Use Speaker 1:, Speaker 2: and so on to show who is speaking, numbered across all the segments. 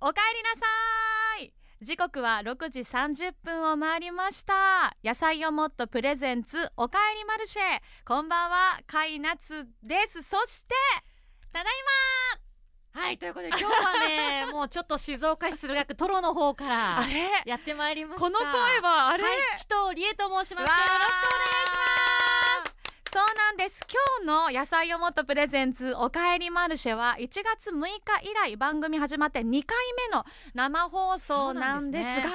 Speaker 1: おかえりなさい時刻は6時30分を回りました野菜をもっとプレゼンツおかえりマルシェこんばんはかいなつですそして
Speaker 2: ただいまはいということで今日はねもうちょっと静岡市駿河区トロの方から
Speaker 1: れ
Speaker 2: やってまいりました
Speaker 1: この声はあれ、
Speaker 2: はい紀藤理恵と申しますよろしくお願いします
Speaker 1: そうなんです今日の「野菜をもっとプレゼンツおかえりマルシェ」は1月6日以来番組始まって2回目の生放送なんですが
Speaker 2: そう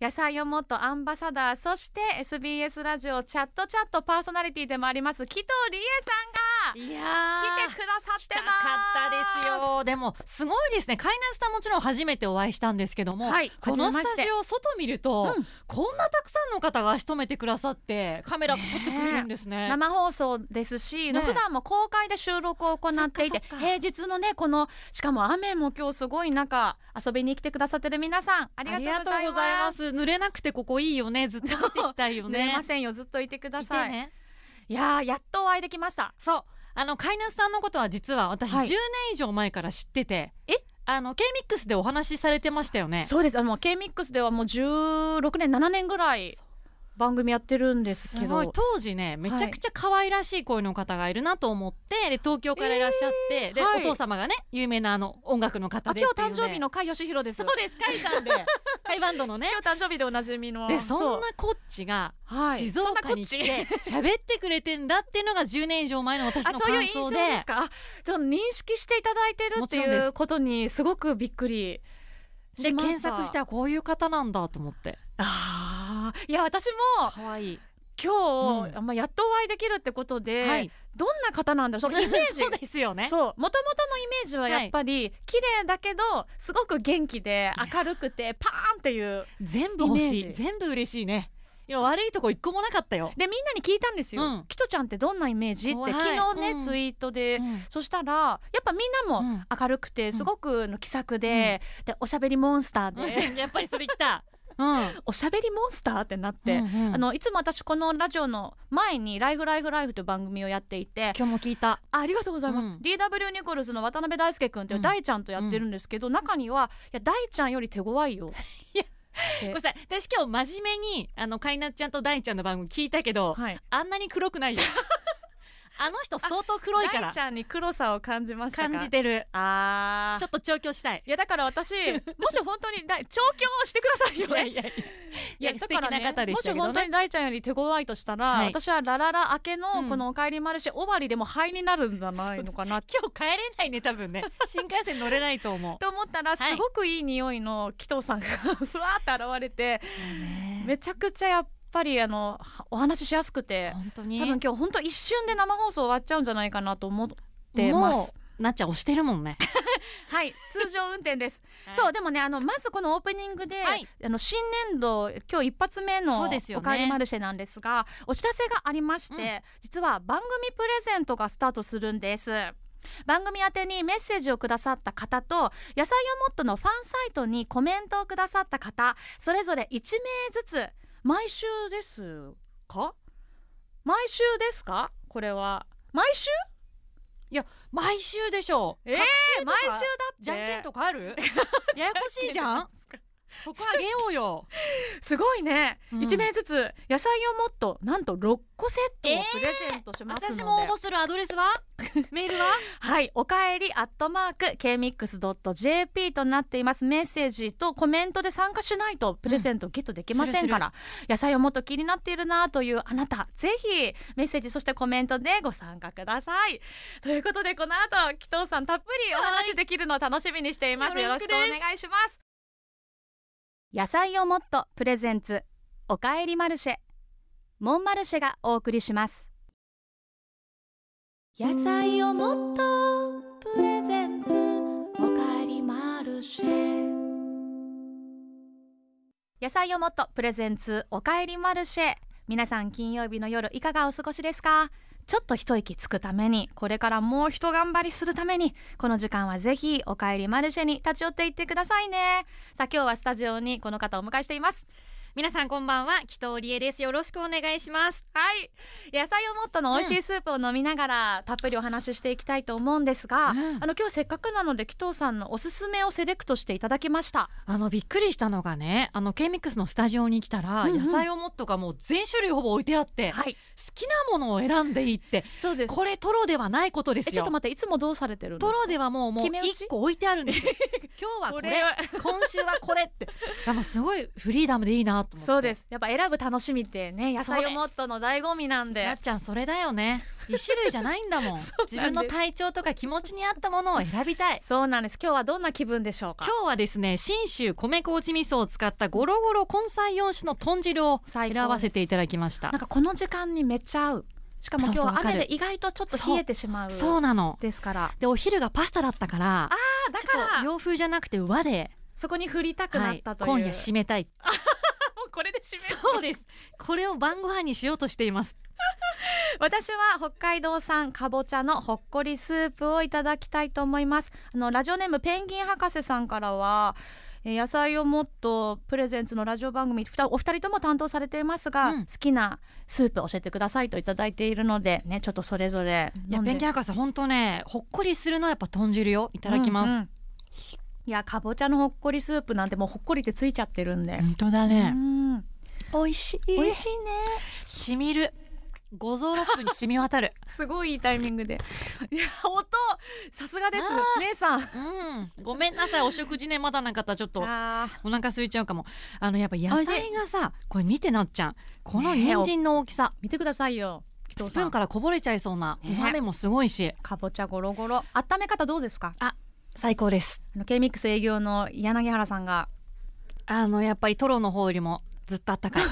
Speaker 1: 野菜をもっとアンバサダーそして SBS ラジオチャットチャットパーソナリティでもあります紀藤理恵さんが
Speaker 2: いやー
Speaker 1: 来てくださっ
Speaker 2: 来た
Speaker 1: て
Speaker 2: か
Speaker 1: ます
Speaker 2: ったですよでもすごいですねカイナスタもちろん初めてお会いしたんですけども、
Speaker 1: はい
Speaker 2: この
Speaker 1: 初め
Speaker 2: ス
Speaker 1: まして
Speaker 2: タジオ外見ると、
Speaker 1: うん
Speaker 2: こんなたくさんの方が足止めてくださってカメラ撮ってくれるんですね
Speaker 1: 生放送ですし、
Speaker 2: ね
Speaker 1: 普段も公開で収録を行っていて
Speaker 2: そっかそっか
Speaker 1: 平日のねこのしかも雨も今日すごい中遊びに来てくださってる皆さんあり
Speaker 2: あり
Speaker 1: が
Speaker 2: が
Speaker 1: と
Speaker 2: と
Speaker 1: う
Speaker 2: う
Speaker 1: ご
Speaker 2: ご
Speaker 1: ざ
Speaker 2: ざ
Speaker 1: い
Speaker 2: い
Speaker 1: ま。
Speaker 2: ますす濡れなくてここいいよねずっと見ていきたいよ
Speaker 1: 濡れ
Speaker 2: ね
Speaker 1: ませんよずっといてくだ
Speaker 2: い
Speaker 1: さい
Speaker 2: てね
Speaker 1: いやーやっとお会いできました
Speaker 2: そうあの飼い主さんのことは実は私10
Speaker 1: はい
Speaker 2: 年以上前から知ってて、
Speaker 1: え
Speaker 2: あの K ミックスでお話しされてましたよね
Speaker 1: そうですあの K ミックスではもう16年7年ぐらい
Speaker 2: そ
Speaker 1: 番組やってるんですけど
Speaker 2: ごい当時ねめちゃくちゃ可愛らしい声の方がいるなと思って、で東京からいらっしゃって、で、
Speaker 1: はい
Speaker 2: お父様がね有名なあの音楽の方
Speaker 1: あ
Speaker 2: で
Speaker 1: 今
Speaker 2: っていう
Speaker 1: 日誕
Speaker 2: ね
Speaker 1: 生日の甲斐義弘です
Speaker 2: そうです甲斐さんで甲斐バンドのね
Speaker 1: 今日誕生日でおなじみの
Speaker 2: でそん
Speaker 1: う
Speaker 2: なこっちが
Speaker 1: はい
Speaker 2: 静岡に来
Speaker 1: そんなこ
Speaker 2: て喋ってくれてんだっていうのが10年以上前の私
Speaker 1: っちあ
Speaker 2: の
Speaker 1: そういう
Speaker 2: 感
Speaker 1: 印象
Speaker 2: 想
Speaker 1: で
Speaker 2: です
Speaker 1: かあでも認識していただいてるって
Speaker 2: もちろん
Speaker 1: い
Speaker 2: で
Speaker 1: う
Speaker 2: す
Speaker 1: ことにすごくびっくり
Speaker 2: で
Speaker 1: しました
Speaker 2: 検索したらこういう方なんだと思って
Speaker 1: あーいや私も
Speaker 2: 可愛い
Speaker 1: 今
Speaker 2: う
Speaker 1: 日、
Speaker 2: ん
Speaker 1: あまあやっとお会いできるってことで、
Speaker 2: はい
Speaker 1: どんな方なんだろうそのイメージ
Speaker 2: そうですよね
Speaker 1: そうもともとのイメージはやっぱり、綺麗だけどすごく元気で明るくてパーンっていう
Speaker 2: 全部欲し
Speaker 1: イメー
Speaker 2: い
Speaker 1: ジ
Speaker 2: 全部嬉しいねいや悪いとこ一個もなかったよ、
Speaker 1: でみんなに聞いたんですよ、
Speaker 2: うん
Speaker 1: キトちゃんってどんなイメージって
Speaker 2: 怖い
Speaker 1: 昨日ね、
Speaker 2: うん
Speaker 1: ツイートで、
Speaker 2: うん
Speaker 1: そしたらやっぱみんなも
Speaker 2: うん
Speaker 1: 明るくてすごくあの気さくで、でおしゃべりモンスターで、
Speaker 2: やっぱりそれきた、うん、
Speaker 1: おしゃべりモンスターってなって、
Speaker 2: うんうん
Speaker 1: あのいつも私このラジオの前に「ライフライフライフ」という番組をやっていて
Speaker 2: 今日も聞いた
Speaker 1: あありがとうございます、
Speaker 2: うん
Speaker 1: DW ニコルズの渡辺大輔君っていう
Speaker 2: うん
Speaker 1: 大ちゃんとやってるんですけど、中にはいや大ちゃんより手強いよ
Speaker 2: ごめんなさい私今日真面目にあのかいなちゃんと大ちゃんの番組聞いたけど、
Speaker 1: はい
Speaker 2: あんなに黒く ないよあの人相当黒いか
Speaker 1: 大
Speaker 2: ら
Speaker 1: ちゃんに黒さを感じましたか
Speaker 2: 感じてる
Speaker 1: あー
Speaker 2: ちょっと調教したい
Speaker 1: いやだから私もし本当に大調教してくださいよ
Speaker 2: いやいやいや
Speaker 1: いや
Speaker 2: いや
Speaker 1: だからね
Speaker 2: 素敵な方で
Speaker 1: も
Speaker 2: した
Speaker 1: し
Speaker 2: けどね
Speaker 1: 本当に大ちゃんより手強いとしたら、
Speaker 2: はい
Speaker 1: 私はラララ明け
Speaker 2: う
Speaker 1: の
Speaker 2: ん
Speaker 1: このお帰りマルシェ終わりでも灰になるんじゃないのかなって
Speaker 2: 今日帰れないね多分ね新幹線乗れないと 思う
Speaker 1: と思ったらす
Speaker 2: はい
Speaker 1: ごくいい匂いの紀藤さん がふわーって現れてめちゃくちゃやっぱりあのはお話ししやすくて
Speaker 2: 本当に
Speaker 1: 多分今日本当一瞬で生放送終わっちゃうんじゃないかなと思ってます
Speaker 2: もうなっちゃん押してるもんね、
Speaker 1: はい通常運転です そうでもねあのまずこのオープニングで、
Speaker 2: はい
Speaker 1: あの新年度今日一発目の「
Speaker 2: そうですよ
Speaker 1: お
Speaker 2: ね
Speaker 1: かえりマルシェ」なんですがお知らせがありまして、
Speaker 2: うん
Speaker 1: 実は番組プレゼントがスタートするんです。番組宛てにメッセージをくださった方と野菜をもっとのファンサイトにコメントをくださった方それぞれ1名ずつ毎週ですか毎週ですかこれは毎週
Speaker 2: 毎週でしょえ
Speaker 1: えー毎週だって
Speaker 2: じゃんけんとか あるややこしいじゃんそこあげようよ
Speaker 1: すごいね、
Speaker 2: うん
Speaker 1: 一名ずつ野菜をもっとなんと6個セットを
Speaker 2: えー
Speaker 1: プレゼントしますので、
Speaker 2: 私も応募するアドレス はメールは
Speaker 1: はいおかえりアットマーク kmix.jp となっていますメッセージとコメントで参加しないとプレゼントゲットできませんから、野菜をもっと気になっているなというあなたぜひメッセージそしてコメントでご参加くださいということでこの後紀藤さんたっぷりお話しできるのを楽しみにしています、
Speaker 2: はい
Speaker 1: よろ
Speaker 2: よろ
Speaker 1: し
Speaker 2: し
Speaker 1: く
Speaker 2: く
Speaker 1: お
Speaker 2: です
Speaker 1: 願いします野菜をもっとプレゼンツおかえりマルシェモンマルシェがお送りします野菜をもっとプレゼンツおかえりマルシェ野菜をもっとプレゼンツおかえりマルシェ皆さん金曜日の夜いかがお過ごしですかちょっと一息つくためにこれからもうひと頑張りするためにこの時間はぜひおかえりマルシェに立ち寄っていってくださいねさあ今日はスタジオにこの方をお迎えしています
Speaker 2: 皆さんこんばんは紀藤理恵ですよろしくお願いします
Speaker 1: はい野菜をもっとの美味しいスープを飲みながら、たっぷりお話ししていきたいと思うんですが、
Speaker 2: うん
Speaker 1: あの今日せっかくなので紀藤さんのおすすめをセレクトしていただきました
Speaker 2: あのびっくりしたのがねあの K-MIX のスタジオに来たら、
Speaker 1: うんうん
Speaker 2: 野菜をもっとがもう全種類ほぼ置いてあって、好
Speaker 1: はい
Speaker 2: きなものを選んでいいって
Speaker 1: そうで
Speaker 2: これトロではないことです
Speaker 1: えちょ
Speaker 2: よ
Speaker 1: っと待っていつもどうされてるんです
Speaker 2: ト
Speaker 1: か
Speaker 2: ロではもうもう
Speaker 1: 決め打ち
Speaker 2: 一個置いてある んですよ 今日はこれ今週はこれっていやもうすごいフリーダムでいいなと思って
Speaker 1: そうですやっぱ選ぶ楽しみってね野菜をもっとの醍醐味なんで
Speaker 2: なっちゃんそれだ よね一種類じゃないんだ
Speaker 1: う
Speaker 2: もん
Speaker 1: なんです
Speaker 2: 自分の体調とか気持ちに合ったものを選びたい
Speaker 1: そうなんです今日はどんな気分でしょうか
Speaker 2: 今日はですね信州米麹味噌を使ったゴロゴロ根菜4種の豚汁を
Speaker 1: 最高
Speaker 2: 選
Speaker 1: です
Speaker 2: ばせていただきました
Speaker 1: なんかこの時間にめっちゃ合うしかも
Speaker 2: そう
Speaker 1: 今
Speaker 2: そう
Speaker 1: 日は
Speaker 2: わか
Speaker 1: 雨
Speaker 2: る
Speaker 1: で意外とちょっと冷えてしまう
Speaker 2: そうなの
Speaker 1: ですから
Speaker 2: でお昼がパスタだったから
Speaker 1: あだ
Speaker 2: ちょっと洋風じゃなくて和で、
Speaker 1: そこに振りたくなったという、
Speaker 2: 今夜締めたい
Speaker 1: もうこれで締める
Speaker 2: そうです これを晩ご飯にしようとしています
Speaker 1: 私は北海道産かぼちゃのほっこりスープをいただきたいと思いますあのラジオネームペンギン博士さんからはえー野菜をもっとプレゼンツのラジオ番組ふたお二人とも担当されていますが、
Speaker 2: うん
Speaker 1: 好きなスープ教えてくださいといただいているのでねちょっとそれぞれ
Speaker 2: いや
Speaker 1: 飲んで
Speaker 2: ペンギン博士本当ねほっこりするのはやっぱ豚汁よいただきます、
Speaker 1: うんうんいやかぼちゃのほっこりスープなんてもうほっこりってついちゃってるんで、
Speaker 2: 本当だ
Speaker 1: う、ん
Speaker 2: 美味しい
Speaker 1: 美味しいね
Speaker 2: しみる五臓六腑に染み渡る
Speaker 1: すごいいいタイミングで いや音さすがです
Speaker 2: あ
Speaker 1: 姉さん
Speaker 2: うんごめんなさいお食事ねまだなかったちょっと
Speaker 1: あ
Speaker 2: お腹空いちゃうかもあのやっぱ野菜がさこれ見てなっちゃんこの
Speaker 1: ねえ
Speaker 2: 人参の大きさ、
Speaker 1: 見てくださいよ伊藤
Speaker 2: スプ
Speaker 1: さ
Speaker 2: ー
Speaker 1: ん
Speaker 2: ンからこぼれちゃいそうなお
Speaker 1: ねえ
Speaker 2: 豆もすごいし、
Speaker 1: かぼちゃゴロゴロ温め方どうですか
Speaker 2: 最高です
Speaker 1: あの K-MIX 営業の柳原さん が
Speaker 2: あのやっぱりトロの方よりもずっとあった かい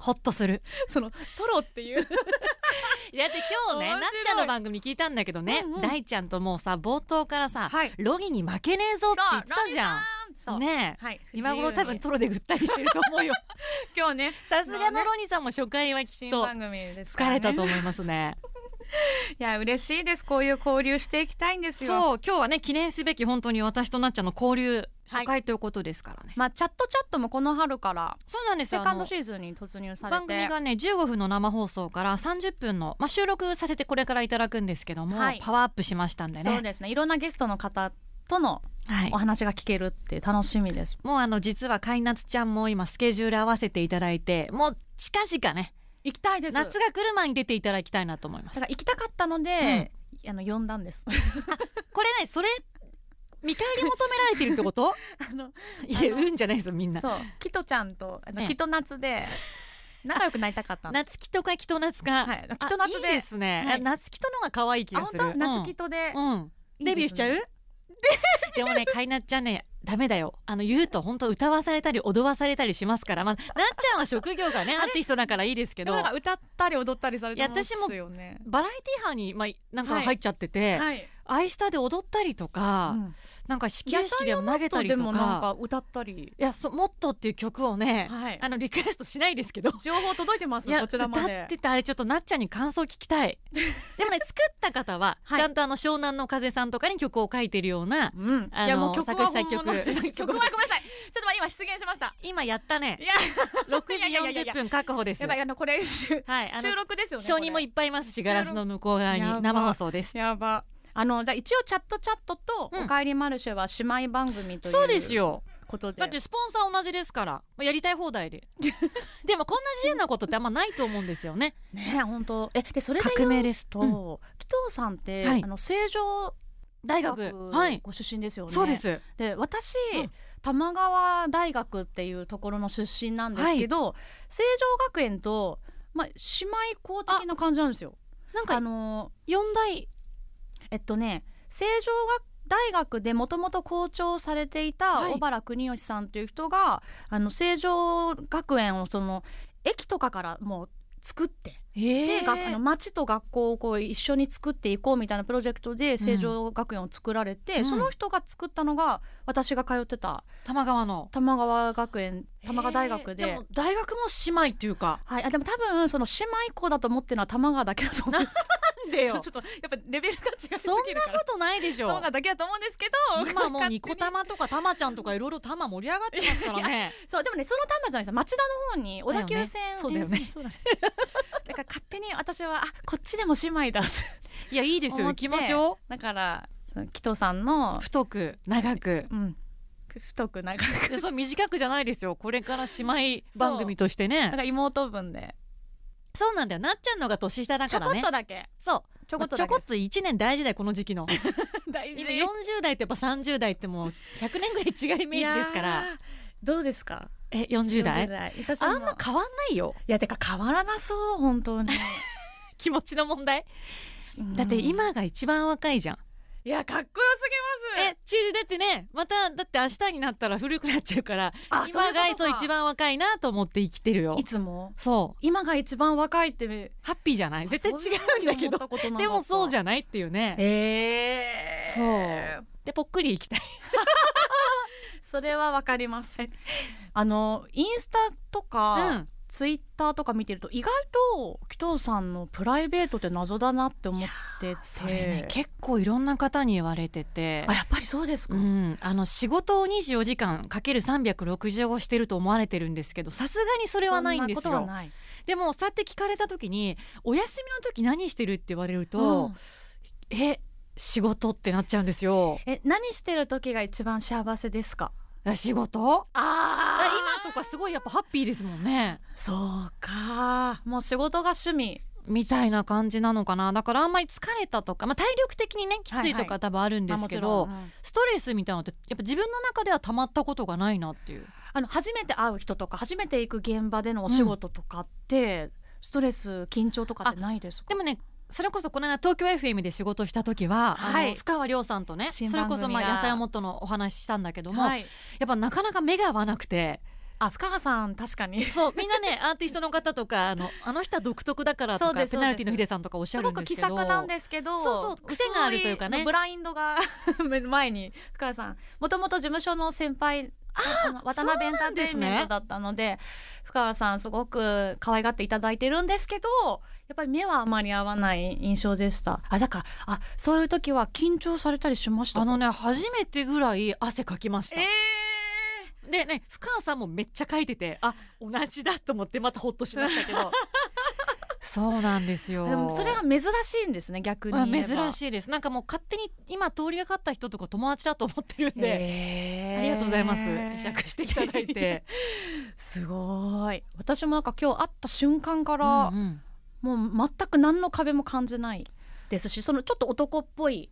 Speaker 2: ほっとする
Speaker 1: そのトロっていう面
Speaker 2: だって今日ね
Speaker 1: 白
Speaker 2: ないっちゃんの番組聞いたんだけどね、
Speaker 1: うんうん
Speaker 2: 大ちゃんともうさ冒頭からさ、
Speaker 1: はい
Speaker 2: ロギに負けねえぞって言ってたじゃん
Speaker 1: そう、
Speaker 2: ねえ
Speaker 1: はい
Speaker 2: 今頃多分
Speaker 1: 自
Speaker 2: トロでぐったりしてると思うよ
Speaker 1: 由に今日ね
Speaker 2: さすがのロニさんも初回はきっ
Speaker 1: 新
Speaker 2: と
Speaker 1: 番組ですからね
Speaker 2: 疲れたと思いますね
Speaker 1: いや嬉しいですこういう交流していきたいんですよ
Speaker 2: そう今日はね記念すべき本当に私となっちゃんの交流初回ということですからね、
Speaker 1: まあチャットチャットもこの春から
Speaker 2: そうなんです
Speaker 1: セ
Speaker 2: よ
Speaker 1: カ
Speaker 2: あ
Speaker 1: ンド
Speaker 2: の
Speaker 1: シーズンに突入されて
Speaker 2: 番組がね15分の生放送から30分の、まあ、収録させてこれからいただくんですけども、
Speaker 1: はい
Speaker 2: パワーアップしましたんで
Speaker 1: そう
Speaker 2: ね
Speaker 1: ですねいろんなゲストの方との
Speaker 2: はい
Speaker 1: お、話が聞けるっていう楽しみです、
Speaker 2: もうあの実は海夏ちゃんも今スケジュール合わせていただいてもう近々ね
Speaker 1: 行きたいです
Speaker 2: 夏が来る前に出ていただきたいなと思いま
Speaker 1: だ
Speaker 2: す
Speaker 1: から行きたかったので、あの呼んだんです
Speaker 2: これねそれ見返り求められてるってこと
Speaker 1: あ の
Speaker 2: い
Speaker 1: あ
Speaker 2: や
Speaker 1: の
Speaker 2: うんじゃないですよみんな
Speaker 1: そうキトちゃんとあの、
Speaker 2: ええ
Speaker 1: キト夏で仲良くなりたかったの
Speaker 2: 夏木とか木と夏か、
Speaker 1: はいキト夏で
Speaker 2: あいいですね、
Speaker 1: はい
Speaker 2: 夏木とのが可愛い気
Speaker 1: あ
Speaker 2: が
Speaker 1: 本
Speaker 2: する
Speaker 1: 当夏キトで、
Speaker 2: うん、う
Speaker 1: い
Speaker 2: ん
Speaker 1: いですね
Speaker 2: デビューしち ゃうでもね海夏ちゃんねダメだよあの言うと本当歌わされたり踊わされたりしますからまあなっちゃんは職業がねアーティストだからいいですけ
Speaker 1: で
Speaker 2: ど
Speaker 1: もなんか歌ったり踊ったりされてますよね
Speaker 2: バラエティ班に、まあ、なんか
Speaker 1: はい
Speaker 2: 入っちゃってて、
Speaker 1: はい、
Speaker 2: アイスタで踊ったりとか、
Speaker 1: うん
Speaker 2: なんか始球式でも投げたり
Speaker 1: で
Speaker 2: と
Speaker 1: も
Speaker 2: か
Speaker 1: なんか歌ったり
Speaker 2: いやそもっとっていう曲をね、
Speaker 1: はい
Speaker 2: あのリクエストしないですけど
Speaker 1: 情報届いてます
Speaker 2: いや
Speaker 1: こちらま
Speaker 2: 歌
Speaker 1: で
Speaker 2: ってたあれちょっとなっちゃんに感想聞き たいでもね作った方は、
Speaker 1: はい
Speaker 2: ちゃんとあの湘南乃風さんとかに曲を書いてるような
Speaker 1: うん、
Speaker 2: あの
Speaker 1: いやもう曲は
Speaker 2: 作詞作曲
Speaker 1: 本 物曲はごめんなさいちょっと待って今失言しました
Speaker 2: 今やったね
Speaker 1: いや
Speaker 2: 6
Speaker 1: いやいやいや
Speaker 2: 時40分確保です
Speaker 1: やばいあのこれ収
Speaker 2: はいあの
Speaker 1: 収録ですよね
Speaker 2: 証人もい
Speaker 1: っ
Speaker 2: っぱいいますしガラスの向こう側に
Speaker 1: やば
Speaker 2: 生放送です
Speaker 1: やばあのじゃあ一応チャットチャットと
Speaker 2: うん
Speaker 1: おかえりマルシェは姉妹番組という
Speaker 2: そうですよ
Speaker 1: ことで
Speaker 2: だってスポンサー同じですからまあやりたい放 題ででもこんな自由なことってあんまないと思うんですよね
Speaker 1: ね本当えでそれで言
Speaker 2: 革
Speaker 1: う
Speaker 2: 命です
Speaker 1: と、
Speaker 2: うん
Speaker 1: 紀藤さんって、
Speaker 2: はい
Speaker 1: あの成城
Speaker 2: 大
Speaker 1: 大
Speaker 2: 学
Speaker 1: 学
Speaker 2: はい
Speaker 1: ご出身ですよね、
Speaker 2: そうです
Speaker 1: で私、
Speaker 2: うん
Speaker 1: 玉川大学っていうところの出身なんですけど、成城学園とまあ姉妹校的な感じなんですよ
Speaker 2: なん
Speaker 1: あ
Speaker 2: か
Speaker 1: の
Speaker 2: 四大
Speaker 1: えっとね成城学大学でもともと校長をされていた
Speaker 2: はい
Speaker 1: 小原邦義さんという人が、あの成城学園をその駅とかからもう作ってで、
Speaker 2: え
Speaker 1: があの町と学校をこう一緒に作っていこうみたいなプロジェクトで成城学園を作られて、
Speaker 2: うん
Speaker 1: その人が作ったのが私が通ってた
Speaker 2: 玉川の
Speaker 1: 玉川学園玉川大学で、
Speaker 2: えーじゃあもう大学も姉妹っていうか
Speaker 1: はい、あでも多分その姉妹校だと思ってるのは玉川だけだと思うんです
Speaker 2: なんで
Speaker 1: ちょ
Speaker 2: よ
Speaker 1: ちょっとやっぱレベルが違いす
Speaker 2: そん
Speaker 1: ぎる
Speaker 2: な
Speaker 1: から
Speaker 2: ことないでし
Speaker 1: 動
Speaker 2: ょ
Speaker 1: 画だけだと思うんですけど
Speaker 2: 今もう
Speaker 1: 勝手に
Speaker 2: ニコ玉とか玉ちゃんとかいろいろ玉盛り上がってますからね
Speaker 1: そうでもねその玉じゃないですよ町田の方に小田急線
Speaker 2: そうだよね
Speaker 1: そうだだから勝手に私はあこっちでも姉妹だって
Speaker 2: いやいいですよ
Speaker 1: 思
Speaker 2: 行
Speaker 1: って
Speaker 2: きましょう
Speaker 1: だからその紀藤さんの
Speaker 2: 太く長 く
Speaker 1: うん太く長く
Speaker 2: でそう短くじゃないですよこれから姉妹番組として
Speaker 1: だか
Speaker 2: ね
Speaker 1: ら妹分で
Speaker 2: そうなんだよなっちゃんのが年下だ
Speaker 1: ちょ
Speaker 2: か
Speaker 1: こ
Speaker 2: ら
Speaker 1: っ
Speaker 2: ね
Speaker 1: とだけ
Speaker 2: そう
Speaker 1: ちょこっと
Speaker 2: ち
Speaker 1: だ
Speaker 2: ょ
Speaker 1: け
Speaker 2: こ
Speaker 1: で
Speaker 2: っと1年大事だよこの時 期の
Speaker 1: す大
Speaker 2: 今40代ってやっぱ30代ってもう100年ぐらい違うイメージですか
Speaker 1: いや
Speaker 2: ら
Speaker 1: ーどうですか
Speaker 2: え40代
Speaker 1: 私は
Speaker 2: あ
Speaker 1: もうん
Speaker 2: ま変わんないよ
Speaker 1: いやてか変わらなそう本当に
Speaker 2: 気持ちの問題 だって
Speaker 1: うん
Speaker 2: 今が一番若いじゃん
Speaker 1: いやかっこよすぎます
Speaker 2: えちゅだってねまただって明日になったら古くなっちゃうから
Speaker 1: あそう
Speaker 2: 今がそう
Speaker 1: いうことか
Speaker 2: 一番若いなと思って生きてるよ
Speaker 1: いつも
Speaker 2: そう
Speaker 1: 今が一番若いって
Speaker 2: ハッピーじゃない絶対違うんだけど
Speaker 1: ど
Speaker 2: でもそうじ
Speaker 1: ゃ
Speaker 2: ゃないっていうね
Speaker 1: えー、
Speaker 2: そうでぽっくりいきたい
Speaker 1: それはわかりますあのインスタとか、
Speaker 2: うん
Speaker 1: ツイッターとか見てると意外と紀藤さんのプライベートって謎だなって思ってて
Speaker 2: それね結構いろんな方に言われてて
Speaker 1: あやっぱりそうですか、
Speaker 2: うん、あの仕事を24時間かける365してると思われてるんですけどさすがにそれはないんです
Speaker 1: そんなこ
Speaker 2: よ
Speaker 1: とはない
Speaker 2: でもそうやって聞かれた時に「お休みの時何してる?」って言われると
Speaker 1: うん
Speaker 2: 「え仕事?」ってなっちゃうんですよ。
Speaker 1: え何してる時が一番幸せですか
Speaker 2: あ仕事
Speaker 1: あ
Speaker 2: あ今とかすごいやっぱハッピーですもんね
Speaker 1: そうかもう仕事が趣味
Speaker 2: みたいな感じなのかなだからあんまり疲れたとか、まあ、体力的にねきついと
Speaker 1: はいは
Speaker 2: か多分あるんで
Speaker 1: あ
Speaker 2: す
Speaker 1: も
Speaker 2: け
Speaker 1: ち
Speaker 2: ど、
Speaker 1: ろんうん
Speaker 2: ストレスみたいなのってやっぱ自分の中ではたまったことがないなっていう
Speaker 1: あの初めて会う人とか初めて行く現場でのお仕事とかって、ストレス緊張とかってないですか
Speaker 2: でもねそれこそこの間東京 FM で仕事した時は、
Speaker 1: はい
Speaker 2: あの深川亮さんとねそ
Speaker 1: 新
Speaker 2: れ
Speaker 1: 番組が
Speaker 2: こそまあ野菜をもっとのお話ししたんだけども、
Speaker 1: はい、
Speaker 2: やっぱなかなか目が合わなくて
Speaker 1: あ深川さん確かに
Speaker 2: そうみんなねアーティストの方とかあのあの人は独特だからと
Speaker 1: そうで
Speaker 2: か
Speaker 1: す
Speaker 2: ペナルティのヒデさんとかおっし
Speaker 1: す
Speaker 2: ゃる
Speaker 1: ご
Speaker 2: んで
Speaker 1: く
Speaker 2: す
Speaker 1: 気
Speaker 2: けど
Speaker 1: さくなんですけど
Speaker 2: そうそう癖があるというかね
Speaker 1: 薄のブラインドが 前に深川さんもともと事務所の先輩あの渡辺エンターテインメントだったので深川さんすごく可愛がっていただいてるんですけどやっぱり目はあまり合わない印象でしたあだからあそういう時は緊張されたりしました
Speaker 2: あのね初めてぐらい汗かきました、
Speaker 1: え
Speaker 2: でね深川さんもめっちゃ書いててあ同じだと思ってまたほっとしましたけど そうなんです よ
Speaker 1: ーでもそれが珍しいんですね逆に
Speaker 2: まあ、
Speaker 1: 言えば
Speaker 2: 珍しいですなんかもう勝手に今通りがかった人とか友達だと思ってるんで、
Speaker 1: えー
Speaker 2: ありがとうございます会釈していただい て、
Speaker 1: すごい私もなんか今日会った瞬間から、もう全く何の壁も感じないですしそのちょっと男っぽい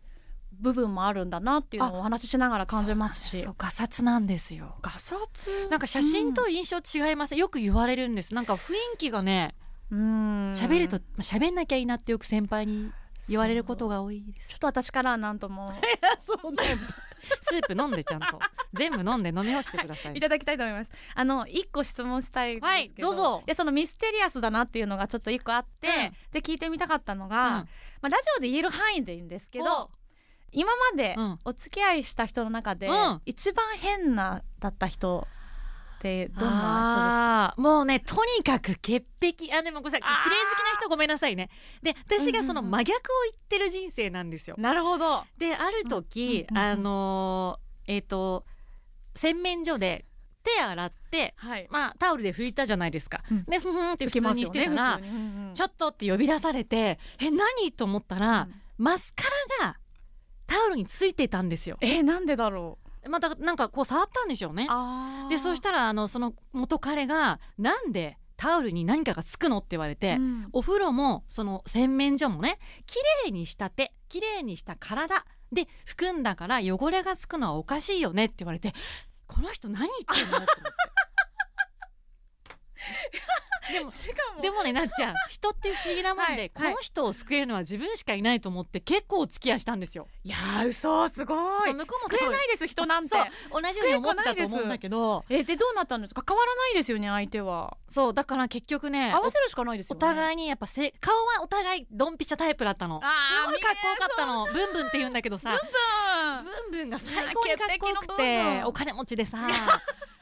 Speaker 1: 部分もあるんだなっていうのをお話ししながら感じますし
Speaker 2: そうガサツなんですよ
Speaker 1: ガサツ
Speaker 2: なんか写真と印象違います、よく言われるんですなんか雰囲気がね
Speaker 1: うん
Speaker 2: 喋ると
Speaker 1: ちょ
Speaker 2: まあ喋んなきゃいいなってよく先輩に言われることが多いです
Speaker 1: っと私からは何とも
Speaker 2: そうなんだスープ飲んでちゃんと全部飲んで飲み干してください
Speaker 1: いただきたいと思いますあの一個質問したいんですけど
Speaker 2: はいどうぞ
Speaker 1: いやそのミステリアスだなっていうのがちょっと一個あって、
Speaker 2: うん
Speaker 1: で聞いてみたかったの
Speaker 2: う
Speaker 1: が、
Speaker 2: ん
Speaker 1: まあ、ラジオで言える範囲でいいんですけど今まで
Speaker 2: うん
Speaker 1: お付き合いした人の中で、
Speaker 2: うん
Speaker 1: 一番変なだった人ってどんな
Speaker 2: あーもうねとにかく潔癖あでもごめんなさい綺麗
Speaker 1: あー
Speaker 2: 好きな人ごめんなさいねで私がその
Speaker 1: うんうんうん
Speaker 2: 真逆を言ってる人生なんですよ
Speaker 1: 人ですか。なるほど。
Speaker 2: である時、
Speaker 1: うんうんうんうん
Speaker 2: あのーえっ、と洗面所で手洗って
Speaker 1: はい。
Speaker 2: まあタオルで拭いたじゃないですか、
Speaker 1: うん
Speaker 2: でふふんって普通にしてたら、ち
Speaker 1: ょっ
Speaker 2: ょっとって呼び出されてえ何と思ったら、マスカラがタオルについてたんですよ
Speaker 1: えーなんでだろう。
Speaker 2: またなんかこう触ったんでしょうね
Speaker 1: あ
Speaker 2: でそしたらあのその元彼が「なんでタオルに何かがつくの?」って言われて、お風呂もその洗面所もね綺麗にした手綺麗にした体で含んだから汚れがつくのはおかしいよねって言われてこの人何言ってんのって思って。で も
Speaker 1: しか
Speaker 2: でもねなっちゃん人って不思議なもん
Speaker 1: は
Speaker 2: で、
Speaker 1: い
Speaker 2: この人を救えるのは自分しかいないと思って結構お付き合いしたんですよ。
Speaker 1: いやー嘘すごい。
Speaker 2: そう向こうも
Speaker 1: 食えないです人なんて
Speaker 2: そう。同じように思ってたと思うんだけど
Speaker 1: えーでどうなったんですか。関わらないですよね相手は。
Speaker 2: そうだから結局ね
Speaker 1: 合わせるしかないです
Speaker 2: お
Speaker 1: よね。い。
Speaker 2: 互いにやっぱせ顔はお互いドンピシャタイプだったの
Speaker 1: あー
Speaker 2: すごいかっこよかったのブンブンって言うんだけどさブンブンが最高にかっこよ
Speaker 1: い
Speaker 2: く
Speaker 1: や潔癖のブンブ
Speaker 2: て
Speaker 1: ン
Speaker 2: お金持ちでさ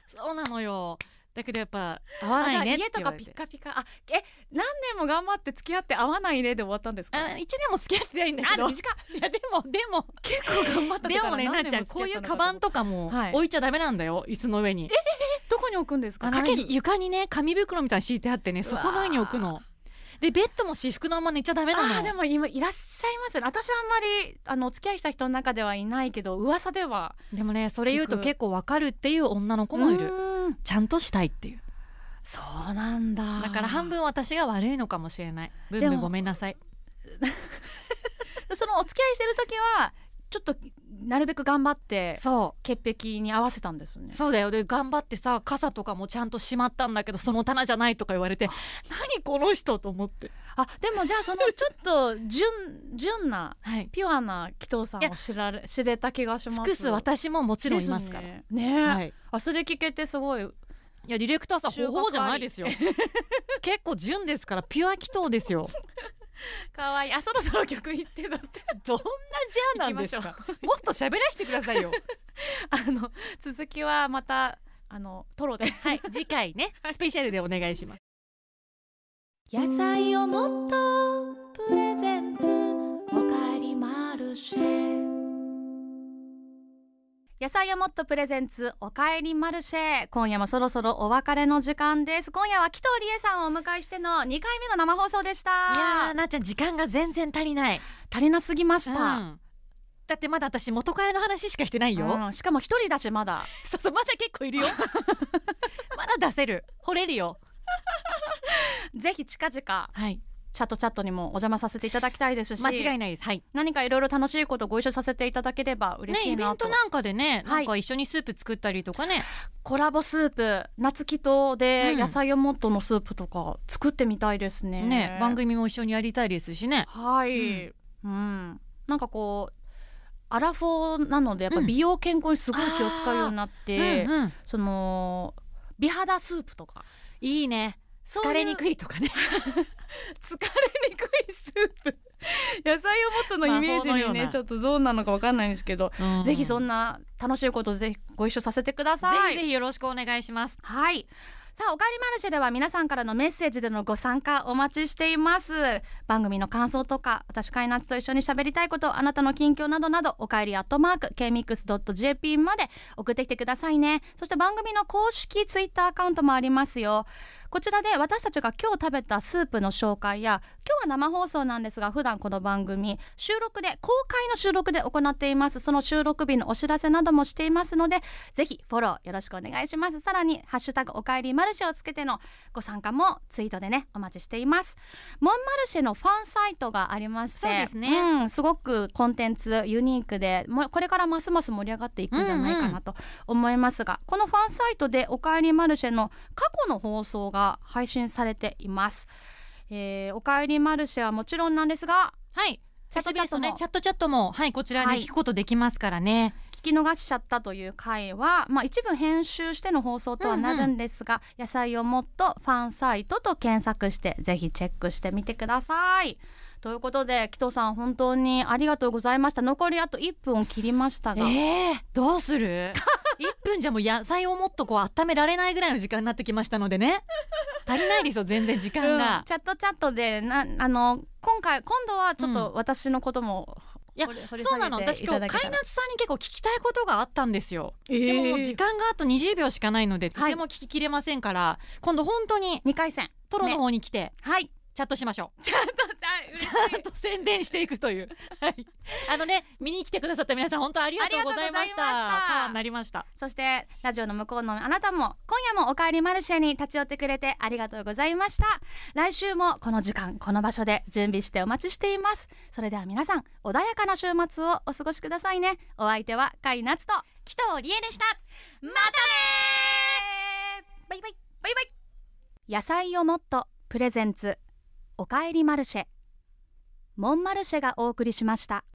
Speaker 2: そうなのよだけどやっぱ合わないね
Speaker 1: あじゃあ家とかピッカピカあえ何年も頑張って付き合って合わないねで終わったんですか
Speaker 2: あ一年も付き合ってないんだけど
Speaker 1: あ
Speaker 2: い
Speaker 1: 短っ
Speaker 2: やでも でも
Speaker 1: 結構頑張って
Speaker 2: で
Speaker 1: た
Speaker 2: も
Speaker 1: ら
Speaker 2: ねな
Speaker 1: 何
Speaker 2: っちゃ
Speaker 1: 年も付
Speaker 2: ん
Speaker 1: き
Speaker 2: こ
Speaker 1: 合
Speaker 2: う
Speaker 1: っ
Speaker 2: いう
Speaker 1: たの
Speaker 2: カバンとかも
Speaker 1: はい
Speaker 2: 置いちゃダメなんだよ椅子の上に
Speaker 1: どこに置くんですか
Speaker 2: あの
Speaker 1: かける
Speaker 2: 床にね紙袋みたいに敷いてあってねそこの上に置く
Speaker 1: う
Speaker 2: のでベッドも私服のまま寝ちゃダメなの
Speaker 1: あーでも今いらっしゃいますよね私あんまりあのお付き合いした人の中ではいないけど噂では
Speaker 2: でもねそれ言うと
Speaker 1: 聞く
Speaker 2: 結構わかるっていう女の子もいる
Speaker 1: うん
Speaker 2: ちゃんとしたいっていう
Speaker 1: そうなんだ
Speaker 2: だから半分私が悪いのかもしれないブ
Speaker 1: で
Speaker 2: ンブン
Speaker 1: も
Speaker 2: ごめんなさい
Speaker 1: そのお付き合いしてる時はちょっとなるべく頑張って
Speaker 2: そ
Speaker 1: 潔癖に合わせたんですね
Speaker 2: うそうだよで頑張ってさ傘とかもちゃんとしまったんだけどその棚じゃないとか言われて何この人と思って
Speaker 1: あでもじゃあそのちょっと 純純な
Speaker 2: はい
Speaker 1: ピュアな紀藤さんを知られ知れた気がします
Speaker 2: 尽くす私ももちろんいますから
Speaker 1: ですねねえ
Speaker 2: はい
Speaker 1: あそれ聞けてすごい
Speaker 2: いやディレクターさん
Speaker 1: 収穫
Speaker 2: 方法じゃないですよ 結構純ですからピュア気筒ですよ
Speaker 1: 可愛いあそろそろ曲言ってだって
Speaker 2: どんなジャーなんですか
Speaker 1: 行き
Speaker 2: もっと喋らせてくださいよ
Speaker 1: あの続きはまたあのトロで
Speaker 2: はい次回ねスペシャルでお願いします
Speaker 1: 野菜をもっとプレゼンツおかえりマルシェ野菜をもっとプレゼンツおかえりマルシェ今夜もそろそろお別れの時間です今夜は紀藤理恵さんをお迎えしての2回目の生放送でした
Speaker 2: いやーなっちゃん時間が全然足りない、
Speaker 1: 足りなすぎまし
Speaker 2: う
Speaker 1: た、
Speaker 2: んだってまだ私元彼の話しかしてないよ、
Speaker 1: うんしかも一人だしまだ
Speaker 2: そうそうまだ結構いる よまだ出せる惚れるよ
Speaker 1: ぜひ近々
Speaker 2: はい
Speaker 1: チャットチャットにもお邪魔させていただきたいですし
Speaker 2: 間違いないですはい
Speaker 1: 何かいろいろ楽しいことご一緒させていただければ嬉
Speaker 2: ね
Speaker 1: し
Speaker 2: イ
Speaker 1: い
Speaker 2: ベ
Speaker 1: な
Speaker 2: ン
Speaker 1: と、
Speaker 2: トなんかでね、
Speaker 1: はい
Speaker 2: なんか一緒にスープ作ったりとかね
Speaker 1: コラボスープ夏きと
Speaker 2: う
Speaker 1: で
Speaker 2: ん
Speaker 1: 野菜をもっとのスープとか作ってみたいですね、
Speaker 2: ね番組も一緒にやりたいですしね
Speaker 1: はい、うんなんかこうアラフォーなのでやっぱ美容健康にすごい気を使うようになって、
Speaker 2: うんうん
Speaker 1: その美肌スープとか
Speaker 2: いいね
Speaker 1: そういう
Speaker 2: 疲れにくいとかね
Speaker 1: 疲れにくいスープ 野菜をもっとのイメージ
Speaker 2: 魔法
Speaker 1: に
Speaker 2: のよう
Speaker 1: ね
Speaker 2: な
Speaker 1: ちょっとどうなのかわかんないんですけど、 ぜひそんな
Speaker 2: な
Speaker 1: 楽しいことぜひご一緒させてください。
Speaker 2: ぜひぜひよろしくお願いします
Speaker 1: はい。さあ、おかえりマルシェでは皆さんからのメッセージでのご参加お待ちしています。番組の感想とか、私、カイナツと一緒に喋りたいこと、あなたの近況などなど、おかえりアットマーク、kmix.jp まで送ってきてくださいね。そして番組の公式ツイッターアカウントもありますよ。こちらで私たちが今日食べたスープの紹介や、今日は生放送なんですが、普段この番組、収録で、公開の収録で行っています。その収録日のお知らせなどもしていますので、ぜひフォローよろしくお願いします。さらに、ハッシュタグおかえりマルシェをつけてのご参加もツイートでね、お待ちしています。モンマルシェのファンサイトがありまして、
Speaker 2: そうですね
Speaker 1: うん、すごくコンテンツユニークで、もうこれからますます盛り上がっていくんじゃないかなと思いますが、このファンサイトでおかえりマルシェの過去の放送が配信されています。えーおかえりマルシェはもちろんなんですが、
Speaker 2: はい
Speaker 1: チャットチャット
Speaker 2: SBS ね
Speaker 1: も
Speaker 2: チャットチャットもはいこちらね、
Speaker 1: はい
Speaker 2: 聞くことできますからね
Speaker 1: 聞き逃しちゃったという回は、まあ、一部編集しての放送とはなるんですが、野菜をもっとファンサイトと検索してぜひチェックしてみてください。ということで紀藤さん本当にありがとうございました残りあと1分を切りました
Speaker 2: え
Speaker 1: が、
Speaker 2: ー、どうする 一分じゃもう野菜をもっとこう温められないぐらいの時間になってきましたの でね足りないですよ全然時間
Speaker 1: う
Speaker 2: が
Speaker 1: ん、チャットチャットでなあの今回今度はちょっ
Speaker 2: う
Speaker 1: と私のことも、
Speaker 2: いや
Speaker 1: 掘り掘り
Speaker 2: そうなの
Speaker 1: 下げ
Speaker 2: 私
Speaker 1: てい
Speaker 2: 今
Speaker 1: ただ
Speaker 2: 日
Speaker 1: けたら
Speaker 2: カイナツさんに結構聞きたいことがあったんですよ、
Speaker 1: えー
Speaker 2: でももう時間があと20秒しかないのでとても聞ききれませんから、今度本当に
Speaker 1: 2回戦
Speaker 2: トロの方に来て、
Speaker 1: はい
Speaker 2: チャットしましょう
Speaker 1: ちゃんと
Speaker 2: ちゃんと宣伝していくという、はい、あのね見に来てくださった皆さん本当ありがとうございま
Speaker 1: ありが
Speaker 2: した
Speaker 1: とうございました
Speaker 2: パーになりました
Speaker 1: そしてラジオの向こうのあなたも今夜もおかえりマルシェに立ち寄ってくれてありがとうございました来週もこの時間この場所で準備してお待ちしていますそれでは皆さん穏やかな週末をお過ごしくださいねお相手は甲斐夏と
Speaker 2: 紀藤理恵でした
Speaker 1: またねーバイバイバイバイ野菜をもっとプレゼンツおかえりマルシェモンマルシェがお送りしました